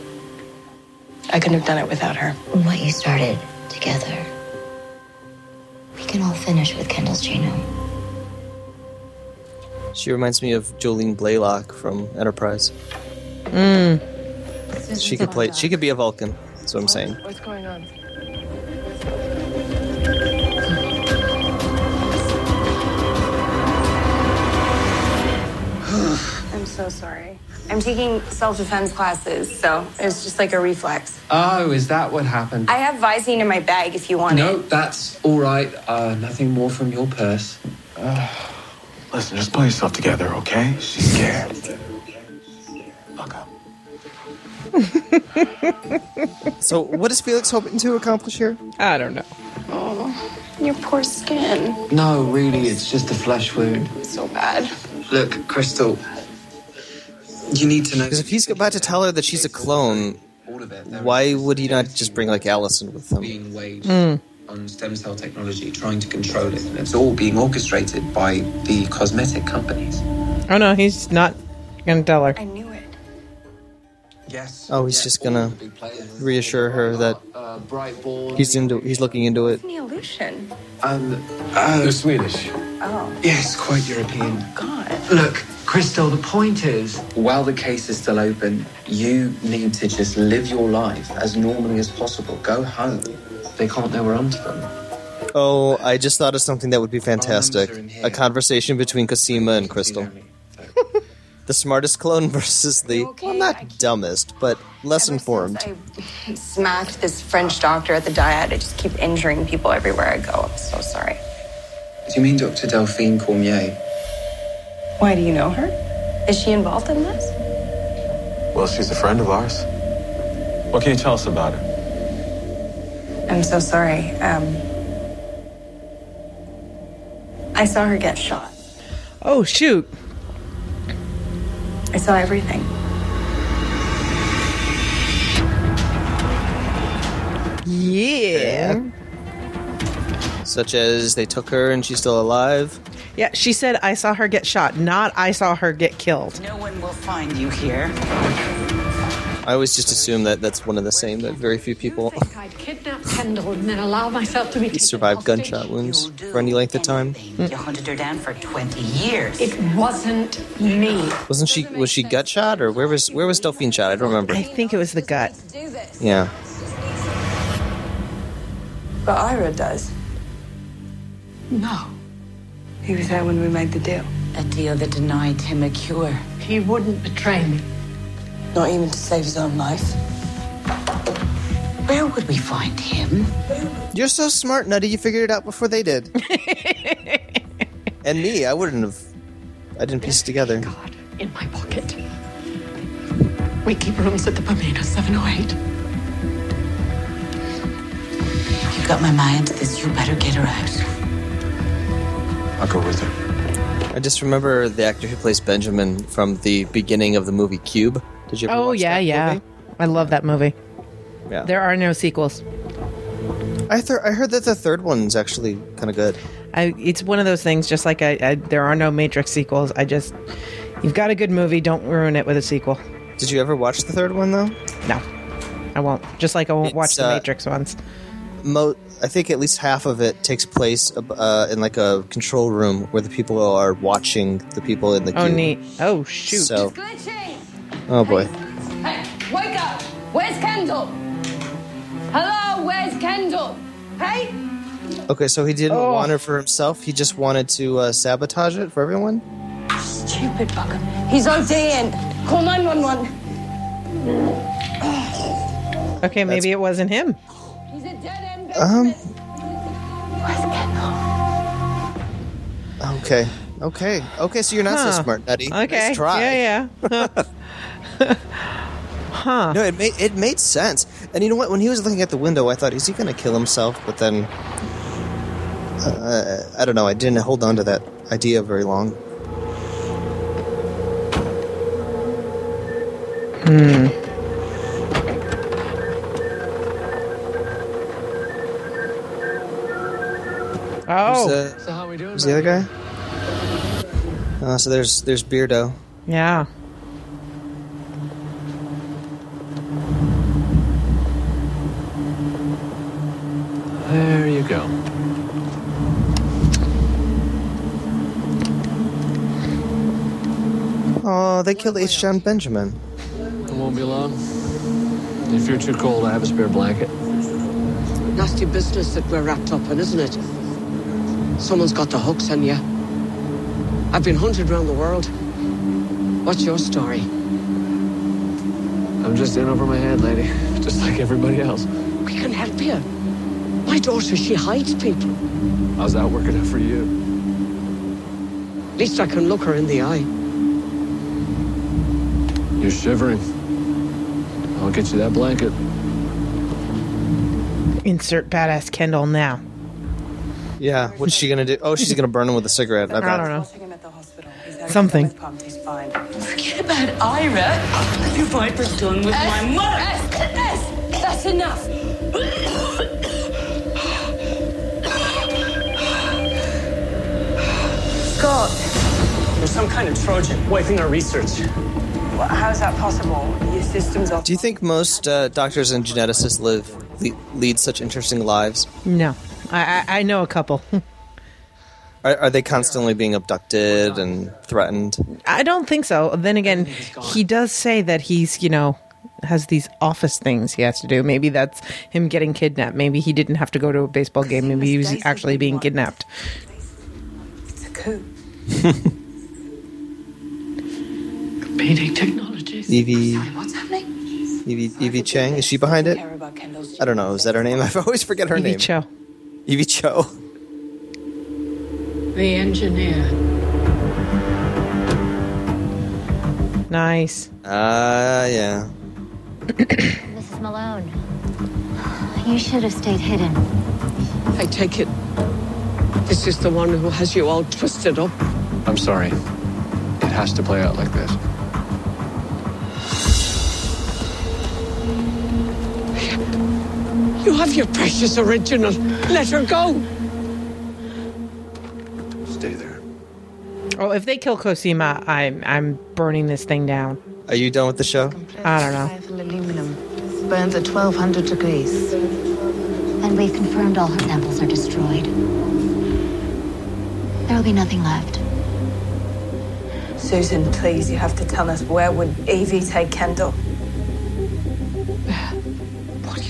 [SPEAKER 8] I couldn't have done it without her.
[SPEAKER 11] What you started together. We can all finish with Kendall's genome.
[SPEAKER 1] She reminds me of Jolene Blaylock from Enterprise. Hmm.
[SPEAKER 2] Mm.
[SPEAKER 1] She could play. She could be a Vulcan. That's what I'm saying.
[SPEAKER 8] What's going on?
[SPEAKER 6] I'm so sorry. I'm taking self defense classes, so it's just like a reflex.
[SPEAKER 9] Oh, is that what happened?
[SPEAKER 6] I have Visine in my bag if you want
[SPEAKER 9] no,
[SPEAKER 6] it.
[SPEAKER 9] that's all right. Uh, nothing more from your purse.
[SPEAKER 3] Listen, just pull yourself together, okay? She's scared. Look up.
[SPEAKER 1] so, what is Felix hoping to accomplish here?
[SPEAKER 2] I don't know.
[SPEAKER 6] Oh, your poor skin.
[SPEAKER 13] No, really, it's just a flesh wound.
[SPEAKER 6] It's so bad.
[SPEAKER 13] Look, Crystal, you need to know.
[SPEAKER 1] Because if he's about to tell her that she's a clone, why would he not just bring like Allison with him?
[SPEAKER 2] Mm.
[SPEAKER 9] on stem cell technology, trying to control it. And it's all being orchestrated by the cosmetic companies.
[SPEAKER 2] Oh no, he's not gonna tell her.
[SPEAKER 9] Yes.
[SPEAKER 1] Oh, he's just gonna reassure her that he's into he's looking into it.
[SPEAKER 6] The illusion.
[SPEAKER 13] Um, uh, You're Swedish.
[SPEAKER 6] Oh,
[SPEAKER 13] Yes, quite European.
[SPEAKER 6] God.
[SPEAKER 13] Look, Crystal, the point is.
[SPEAKER 9] While the case is still open, you need to just live your life as normally as possible. Go home. They can't know we're onto them.
[SPEAKER 1] Oh, I just thought of something that would be fantastic: a conversation between Cosima and Crystal. the smartest clone versus the well, not dumbest, but less informed.
[SPEAKER 6] I smacked this French doctor at the dyad. I just keep injuring people everywhere I go. I'm so sorry.
[SPEAKER 9] Do you mean Dr. Delphine Cormier?
[SPEAKER 6] Why do you know her? Is she involved in this?
[SPEAKER 3] Well, she's a friend of ours. What can you tell us about her?
[SPEAKER 6] I'm so sorry. Um, I saw her get shot.
[SPEAKER 2] Oh shoot!
[SPEAKER 6] I saw everything.
[SPEAKER 2] Yeah.
[SPEAKER 1] Such as they took her and she's still alive.
[SPEAKER 2] Yeah, she said I saw her get shot, not I saw her get killed.
[SPEAKER 5] No one will find you here.
[SPEAKER 1] I always just assume that that's one and the same. That very few people
[SPEAKER 10] I'd kidnap Kendall and then allow myself to be taken
[SPEAKER 1] survive
[SPEAKER 10] hostage.
[SPEAKER 1] gunshot wounds for any length of time.
[SPEAKER 5] You hunted her down for 20 years.
[SPEAKER 10] Mm. It wasn't me.
[SPEAKER 1] Wasn't she? Was she gut shot or where was where was Delphine shot? I don't remember.
[SPEAKER 2] I think it was the gut.
[SPEAKER 1] Yeah.
[SPEAKER 6] But Ira does.
[SPEAKER 5] No.
[SPEAKER 6] He was there when we made the deal.
[SPEAKER 5] A deal that denied him a cure.
[SPEAKER 10] He wouldn't betray me.
[SPEAKER 5] Not even to save his own life. Where would we find him?
[SPEAKER 1] You're so smart, Nutty. You figured it out before they did. and me, I wouldn't have. I didn't piece it together.
[SPEAKER 10] in my pocket. We keep rooms at the oh Pomona 708.
[SPEAKER 5] You got my mind to this. You better get her out.
[SPEAKER 1] I'll go with her. I just remember the actor who plays Benjamin from the beginning of the movie Cube. Did you ever
[SPEAKER 2] Oh
[SPEAKER 1] watch
[SPEAKER 2] yeah,
[SPEAKER 1] that
[SPEAKER 2] yeah.
[SPEAKER 1] movie?
[SPEAKER 2] I love that movie.
[SPEAKER 1] Yeah.
[SPEAKER 2] There are no sequels.
[SPEAKER 1] I, th- I heard that the third one's actually kind of good.
[SPEAKER 2] I, it's one of those things. Just like I, I, there are no Matrix sequels. I just, you've got a good movie, don't ruin it with a sequel.
[SPEAKER 1] Did you ever watch the third one though?
[SPEAKER 2] No, I won't. Just like I won't watch the
[SPEAKER 1] uh,
[SPEAKER 2] Matrix ones.
[SPEAKER 1] Mo- I think at least half of it takes place uh, in like a control room where the people are watching the people in the
[SPEAKER 2] Oh
[SPEAKER 1] cube.
[SPEAKER 2] neat. Oh shoot.
[SPEAKER 1] So, oh boy.
[SPEAKER 14] Hey, wake up! Where's Kendall? Hello, where's Kendall? Hey?
[SPEAKER 1] Okay, so he didn't
[SPEAKER 14] Oh.
[SPEAKER 1] want it for himself. He just wanted to uh, sabotage it for everyone.
[SPEAKER 14] Stupid bugger. He's ODing. Call 911.
[SPEAKER 2] Okay, maybe it wasn't him.
[SPEAKER 1] Um. Okay. Okay. Okay. So you're not so
[SPEAKER 2] Huh.
[SPEAKER 1] smart, Nutty.
[SPEAKER 2] Okay.
[SPEAKER 1] Nice try.
[SPEAKER 2] Yeah, yeah. huh.
[SPEAKER 1] No, it made it made sense. And you know what? When he was looking at the window, I thought, is he going to kill himself? But then, uh, I don't know. I didn't hold on to that idea very long. Hmm.
[SPEAKER 2] Oh.
[SPEAKER 1] Who's the, who's the other guy? Uh, so there's there's Beardo.
[SPEAKER 2] Yeah.
[SPEAKER 15] There you go.
[SPEAKER 1] Oh, they killed H. John Benjamin.
[SPEAKER 15] It won't be long. If you're too cold, I have a spare blanket.
[SPEAKER 16] Nasty business that we're wrapped up in, isn't it? Someone's got the hooks on you. I've been hunted round the world. What's your story?
[SPEAKER 15] I'm just in over my head, lady. Just like everybody else.
[SPEAKER 16] We can help you. My daughter, she hides people.
[SPEAKER 15] I was out working it for you.
[SPEAKER 16] At least I can look her in the eye.
[SPEAKER 15] You're shivering.
[SPEAKER 3] I'll get you that blanket.
[SPEAKER 2] Insert badass Kendall now.
[SPEAKER 1] Yeah, what's she gonna do? Oh, she's gonna burn him with a cigarette.
[SPEAKER 2] I don't know. Something.
[SPEAKER 8] Forget about Ira. You viper's done with my mother. that's enough.
[SPEAKER 17] Scott,
[SPEAKER 18] There's some kind of Trojan wiping our research.
[SPEAKER 17] wh- how's that possible? Your system's off.
[SPEAKER 1] Do you think most uh, doctors and geneticists live lead, lead such interesting lives?
[SPEAKER 2] No, I I, I know a couple.
[SPEAKER 1] Are, are they constantly being abducted and threatened?
[SPEAKER 2] I don't think so. Then again, he does say that he's, you know, has these office things he has to do. Maybe that's him getting kidnapped. Maybe he didn't have to go to a baseball game. Maybe he was actually being kidnapped.
[SPEAKER 17] It's a coup.
[SPEAKER 10] Competing technologies.
[SPEAKER 1] Evie,
[SPEAKER 10] What's happening?
[SPEAKER 1] Evie, Evie Chang, is she behind it? I don't know. Is that her name? I always forget her
[SPEAKER 2] Evie
[SPEAKER 1] name.
[SPEAKER 2] Cho.
[SPEAKER 1] Evie Cho.
[SPEAKER 10] The engineer.
[SPEAKER 2] Nice.
[SPEAKER 1] Ah, yeah.
[SPEAKER 11] Mrs. Malone, you should have stayed hidden.
[SPEAKER 9] I take it. This is the one who has you all twisted up.
[SPEAKER 3] I'm sorry. It has to play out like this.
[SPEAKER 9] You have your precious original. Let her go.
[SPEAKER 3] Stay there.
[SPEAKER 2] Oh, if they kill Cosima, I'm I'm burning this thing down.
[SPEAKER 1] Are you done with the show?
[SPEAKER 2] I don't know.
[SPEAKER 11] aluminum. Burns at 1200 degrees. And we've confirmed all her samples are destroyed. There will be nothing left.
[SPEAKER 19] Susan, please, you have to tell us where would Evie take Kendall?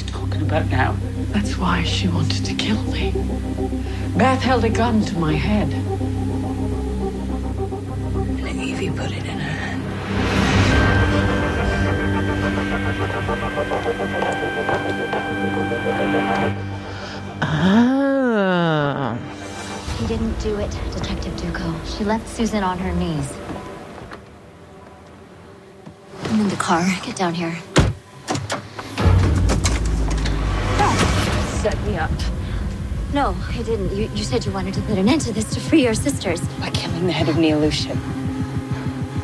[SPEAKER 8] Talking about now.
[SPEAKER 10] That's why she wanted to kill me. Beth held a gun to my head.
[SPEAKER 8] And Evie put it in her hand.
[SPEAKER 2] Ah.
[SPEAKER 11] He didn't do it, Detective Duco. She left Susan on her knees. I'm in the car. Get down here.
[SPEAKER 8] Set me up.
[SPEAKER 11] No, I didn't. You, you said you wanted to put an end to this to free your sisters.
[SPEAKER 8] By killing the head of Neolution.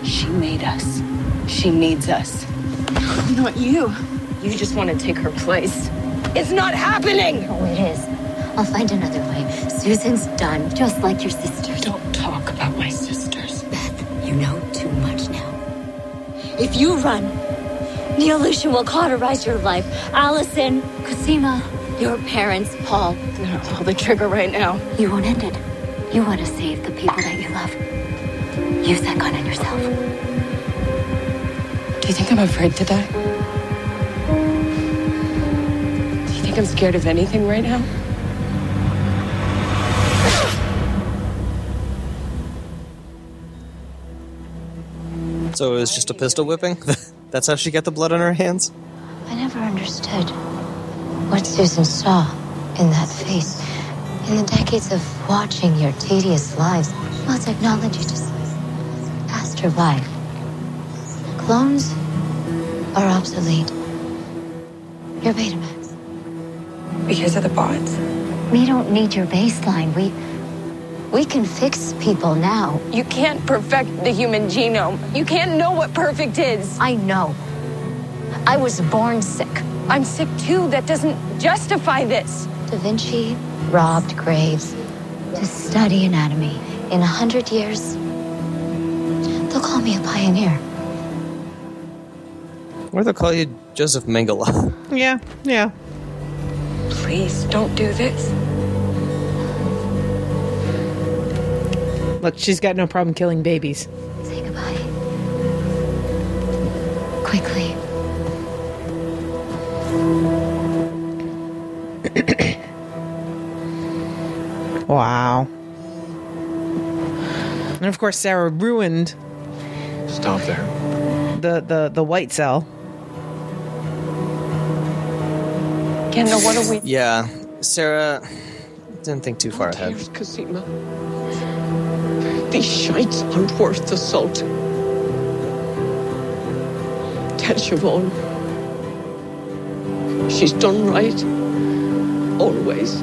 [SPEAKER 8] She made us. She needs us. Not you. You just want to take her place. It's not happening!
[SPEAKER 11] Oh, it is. I'll find another way. Susan's done, just like your sister.
[SPEAKER 8] Don't talk about my sisters.
[SPEAKER 11] Beth, you know too much now. If you run, Neil Lucian will cauterize your life. Allison, Cosima, your parents, Paul. They're all the trigger right now. You won't end it. You want to save the people that you love. Use that gun on yourself.
[SPEAKER 8] Do you think I'm afraid to die? Do you think I'm scared of anything right now?
[SPEAKER 1] So it was just a pistol whipping? That's how she got the blood on her hands?
[SPEAKER 11] I never understood what Susan saw in that face. In the decades of watching your tedious lives, well, technology just passed her by. Clones are obsolete. Your Betamax.
[SPEAKER 19] Because of the bots.
[SPEAKER 11] We don't need your baseline. We we can fix people now.
[SPEAKER 19] You can't perfect the human genome. You can't know what perfect is.
[SPEAKER 11] I know. I was born sick.
[SPEAKER 19] I'm sick too. That doesn't justify this.
[SPEAKER 11] Da Vinci robbed graves to study anatomy. In a hundred years, they'll call me a pioneer.
[SPEAKER 1] Or they'll call you Joseph Mengele.
[SPEAKER 2] Yeah. Yeah.
[SPEAKER 19] Please don't do this.
[SPEAKER 2] Look, she's got no problem killing babies.
[SPEAKER 11] Say goodbye. Quickly.
[SPEAKER 2] Wow. And of course, Sarah ruined
[SPEAKER 3] Stop there.
[SPEAKER 2] the the the white cell.
[SPEAKER 19] Kendall, what are we?
[SPEAKER 1] Yeah. Sarah didn't think too far ahead.
[SPEAKER 9] Here's Cosima. These shites aren't worth the salt. Tell Siobhan.
[SPEAKER 16] She's done right. Always.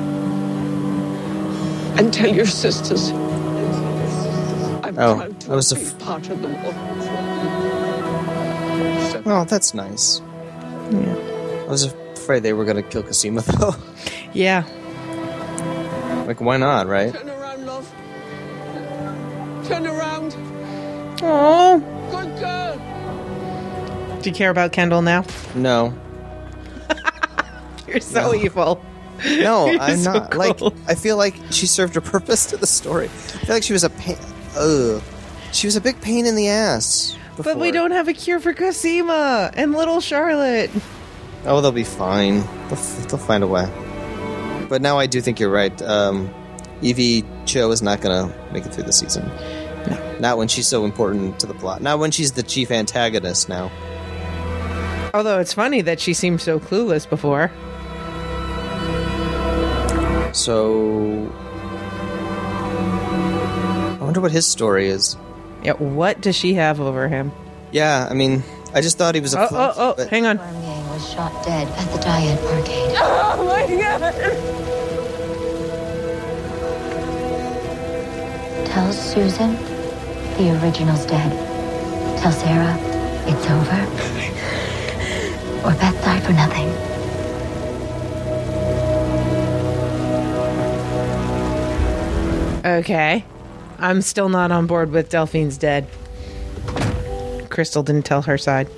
[SPEAKER 16] And tell your sisters. I'm
[SPEAKER 1] Oh,
[SPEAKER 16] proud to
[SPEAKER 1] I was a
[SPEAKER 16] be
[SPEAKER 1] f-
[SPEAKER 16] part of them all.
[SPEAKER 1] Oh, that's nice. I was afraid they were gonna kill Cosima though.
[SPEAKER 2] Yeah.
[SPEAKER 1] like, why not, right?
[SPEAKER 16] Turn around, love. Turn around.
[SPEAKER 2] Oh.
[SPEAKER 16] Good girl.
[SPEAKER 2] Do you care about Kendall now?
[SPEAKER 1] No.
[SPEAKER 2] You're so evil.
[SPEAKER 1] No,
[SPEAKER 2] You're
[SPEAKER 1] I'm
[SPEAKER 2] so
[SPEAKER 1] not. Like, I feel like she served a purpose to the story. I feel like she was a pain. Ugh. She was a big pain in the ass.
[SPEAKER 2] But we don't have a cure for Cosima and little Charlotte.
[SPEAKER 1] Oh, they'll be fine. They'll, f- they'll find a way. But now I do think you're right. Um, Evie Cho is not going to make it through the season. Not when she's so important to the plot. Not when she's the chief antagonist now.
[SPEAKER 2] Although it's funny that she seemed so clueless before.
[SPEAKER 1] So. I wonder what his story is.
[SPEAKER 2] Yeah, what does she have over him?
[SPEAKER 1] Yeah, I mean, I just thought he was a.
[SPEAKER 2] Oh, oh, oh, hang on.
[SPEAKER 11] was shot dead at the Diet Arcade.
[SPEAKER 14] Oh my god!
[SPEAKER 11] Tell Susan the original's dead. Tell Sarah it's over. or Beth died for nothing.
[SPEAKER 2] Okay. I'm still not on board with Delphine's dead. Crystal didn't tell her side.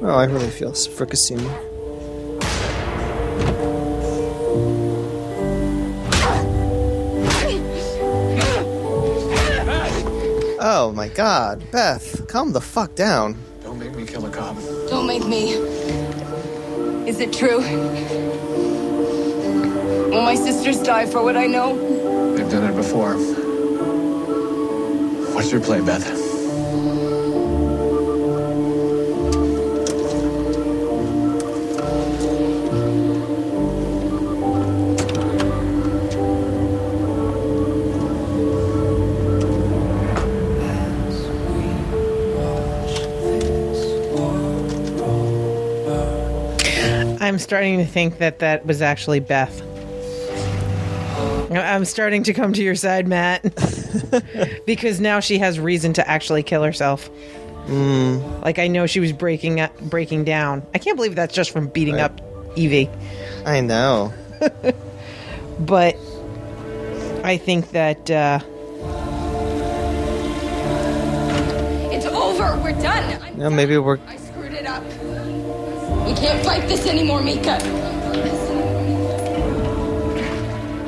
[SPEAKER 1] Oh, I really feel s- for Cassini. Oh my god, Beth, calm the fuck down.
[SPEAKER 3] Don't make me kill a cop.
[SPEAKER 8] Don't make me. Is it true? Will my sisters die for what I know?
[SPEAKER 3] They've done it before. What's your play, Beth?
[SPEAKER 2] I'm starting to think that that was actually Beth. I- I'm starting to come to your side, Matt. because now she has reason to actually kill herself.
[SPEAKER 1] Hmm.
[SPEAKER 2] Like I know she was breaking up, breaking down. I can't believe that's just from beating up Evie.
[SPEAKER 1] I know.
[SPEAKER 2] but I think that uh,
[SPEAKER 8] It's over. We're done. I
[SPEAKER 1] Yeah, maybe we're.
[SPEAKER 8] screwed it up. We can't fight this anymore, Mika.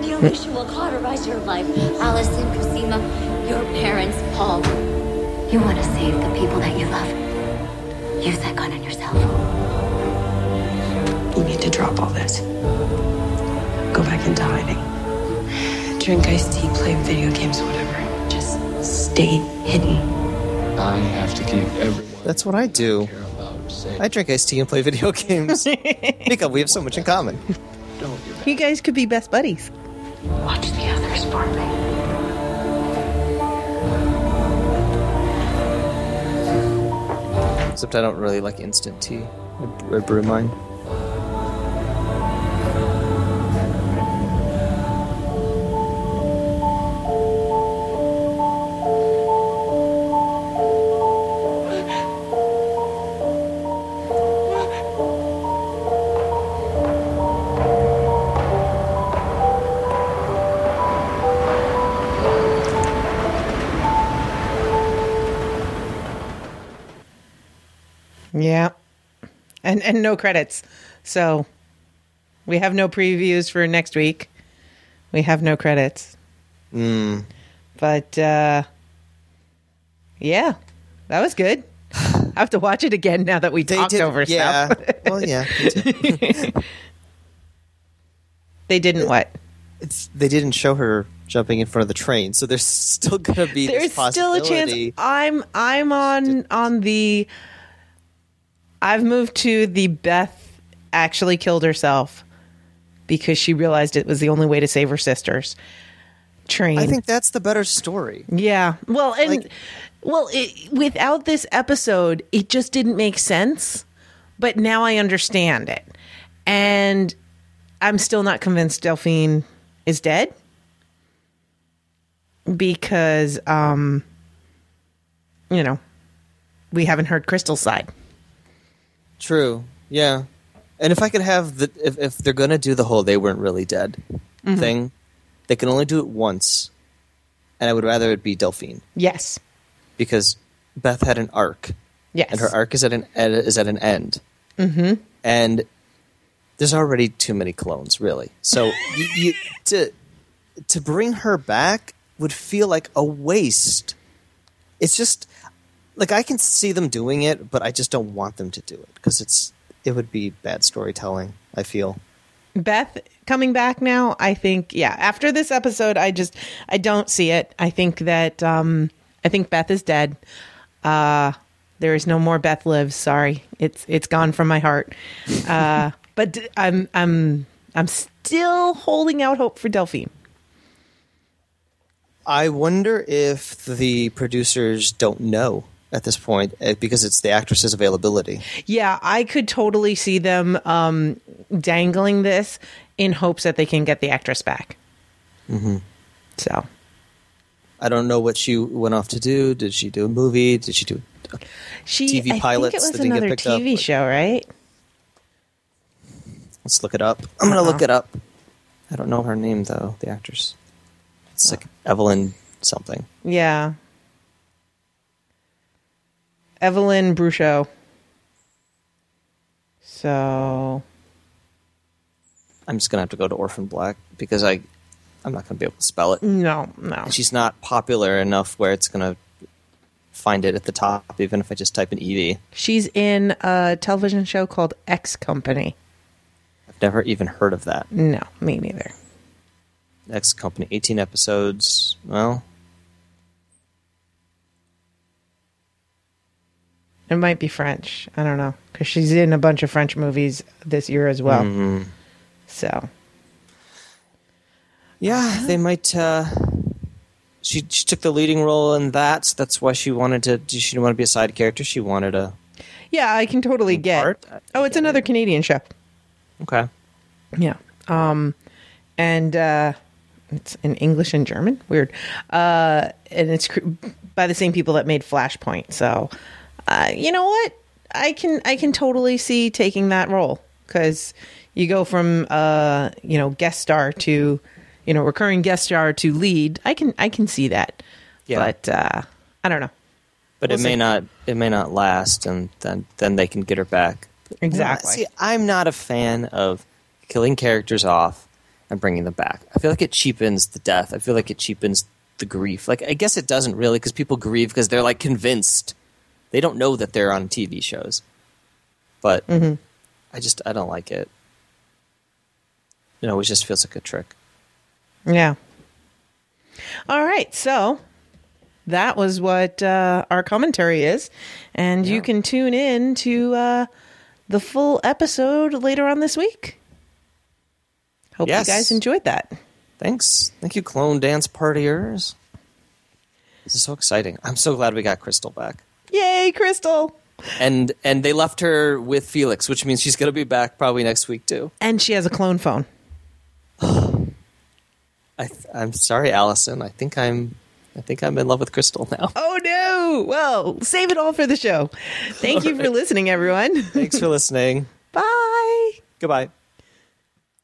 [SPEAKER 11] The Alicia will cauterize your life. Allison, Cosima, your parents, Paul. You want to save the people that you love. Use that gun on yourself.
[SPEAKER 14] You need to drop all this. Go back into hiding.
[SPEAKER 6] Drink iced tea, play video games, whatever. Just stay hidden.
[SPEAKER 15] I have to keep everyone.
[SPEAKER 1] That's what I do. I drink iced tea and play video games. Mika, we have so much in common.
[SPEAKER 2] you guys could be best buddies.
[SPEAKER 14] Watch the others for me.
[SPEAKER 1] Except I don't really like instant tea. I b- I brew mine.
[SPEAKER 2] Yeah, and and no credits, so we have no previews for next week. We have no credits,
[SPEAKER 1] Mm.
[SPEAKER 2] but uh, yeah, that was good. I have to watch it again now that we talked over
[SPEAKER 1] yeah.
[SPEAKER 2] stuff.
[SPEAKER 1] well, yeah.
[SPEAKER 2] they didn't what?
[SPEAKER 1] It's, they didn't show her jumping in front of the train, so there's still gonna be
[SPEAKER 2] There's
[SPEAKER 1] this
[SPEAKER 2] still a chance.
[SPEAKER 1] possibility.
[SPEAKER 2] I'm I'm on on the. I've moved to the Beth actually killed herself because she realized it was the only way to save her sisters. Train.
[SPEAKER 1] I think that's the better story.
[SPEAKER 2] Yeah. Well, and Well, it, without this episode, it just didn't make sense. But now I understand it. And I'm still not convinced Delphine is dead because, um, you know, we haven't heard Crystal's side.
[SPEAKER 1] True. Yeah. And if I could have the if, if they're gonna do the whole they weren't really dead
[SPEAKER 2] Mhm.
[SPEAKER 1] thing, they can only do it once. And I would rather it be Delphine
[SPEAKER 2] Yes.
[SPEAKER 1] because Beth had an arc.
[SPEAKER 2] Yes.
[SPEAKER 1] And her arc is at an at- is at an end.
[SPEAKER 2] Mm-hmm.
[SPEAKER 1] And there's already too many clones, really. So you, you to to bring her back would feel like a waste. It's just like I can see them doing it, but I just don't want them to do it because it's it would be bad storytelling. I feel.
[SPEAKER 2] Beth coming back now, I think, yeah, after this episode, I just, I don't see it. I think that, um, I think Beth is dead. Uh, there is no more Beth lives. Sorry. It's, it's gone from my heart. Uh, but d- I'm, I'm, I'm still holding out hope for Delphine.
[SPEAKER 1] I wonder if the producers don't know at this point eh, because it's the actress's availability.
[SPEAKER 2] Yeah, I could totally see them, um, dangling this in hopes that they can get the actress back.
[SPEAKER 1] Mm-hmm.
[SPEAKER 2] So
[SPEAKER 1] I don't know what she went off to do. Did she do a movie? Did she do a
[SPEAKER 2] she,
[SPEAKER 1] TV
[SPEAKER 2] I
[SPEAKER 1] pilots
[SPEAKER 2] think it
[SPEAKER 1] that
[SPEAKER 2] was
[SPEAKER 1] didn't get
[SPEAKER 2] another
[SPEAKER 1] picked up?
[SPEAKER 2] TV show, right?
[SPEAKER 1] Let's look it up. I'm gonna look
[SPEAKER 2] Uh-huh.
[SPEAKER 1] it up. I don't know her name though, the actress. It's like
[SPEAKER 2] Oh.
[SPEAKER 1] Evelyn something.
[SPEAKER 2] Yeah. Evelyn Bruchot. So
[SPEAKER 1] I'm just gonna have to go to Orphan Black because I I'm not gonna be able to spell it.
[SPEAKER 2] no, no.
[SPEAKER 1] And she's not popular enough where it's gonna find it at the top, even if I just type in E Ev.
[SPEAKER 2] She's in a television show called X Company.
[SPEAKER 1] I've never even heard of that.
[SPEAKER 2] No, me neither.
[SPEAKER 1] X Company, 18 episodes. Well,
[SPEAKER 2] It might be French. I don't know because she's in a bunch of French movies this year as well.
[SPEAKER 1] Mhm.
[SPEAKER 2] So
[SPEAKER 1] yeah, they might. Uh, she she took the leading role in that. So that's why she wanted to. She didn't want to be a side character. She wanted a
[SPEAKER 2] yeah, I can totally get. Oh, it's another Canadian show.
[SPEAKER 1] okay.
[SPEAKER 2] Yeah. Um, and uh, it's in English and German. Weird. Uh, and it's cr- by the same people that made Flashpoint. So, uh, you know what? I can I can totally see taking that role because you go from uh you know guest star to you know recurring guest star to lead. I can I can see that.
[SPEAKER 1] Yeah.
[SPEAKER 2] But uh, I don't know.
[SPEAKER 1] But
[SPEAKER 2] We'll
[SPEAKER 1] it may
[SPEAKER 2] see.
[SPEAKER 1] not. It may not last, and then then they can get her back.
[SPEAKER 2] Exactly.
[SPEAKER 1] See, I'm not a fan of killing characters off and bringing them back. I feel like it cheapens the death. I feel like it cheapens the grief. Like I guess it doesn't really because people grieve because they're like convinced. They don't know that they're on TV shows, but
[SPEAKER 2] Mhm.
[SPEAKER 1] I just I don't like it. You know, it just feels like a trick.
[SPEAKER 2] Yeah. All right. So that was what uh, our commentary is. And you can tune in to uh, the full episode later on this week. Hope
[SPEAKER 1] Yes.
[SPEAKER 2] you guys enjoyed that.
[SPEAKER 1] Thanks, thank you, clone dance partiers. This is so exciting. I'm so glad we got Crystal back.
[SPEAKER 2] Yay, Crystal.
[SPEAKER 1] and and they left her with Felix, which means she's going to be back probably next week too.
[SPEAKER 2] And she has a clone phone.
[SPEAKER 1] I th- I'm sorry, Allison. I think I'm I think I'm in love with Crystal now.
[SPEAKER 2] Oh, no. Well, save it all for the show. Thank you for listening, everyone.
[SPEAKER 1] Thanks for listening.
[SPEAKER 2] Bye.
[SPEAKER 1] Goodbye.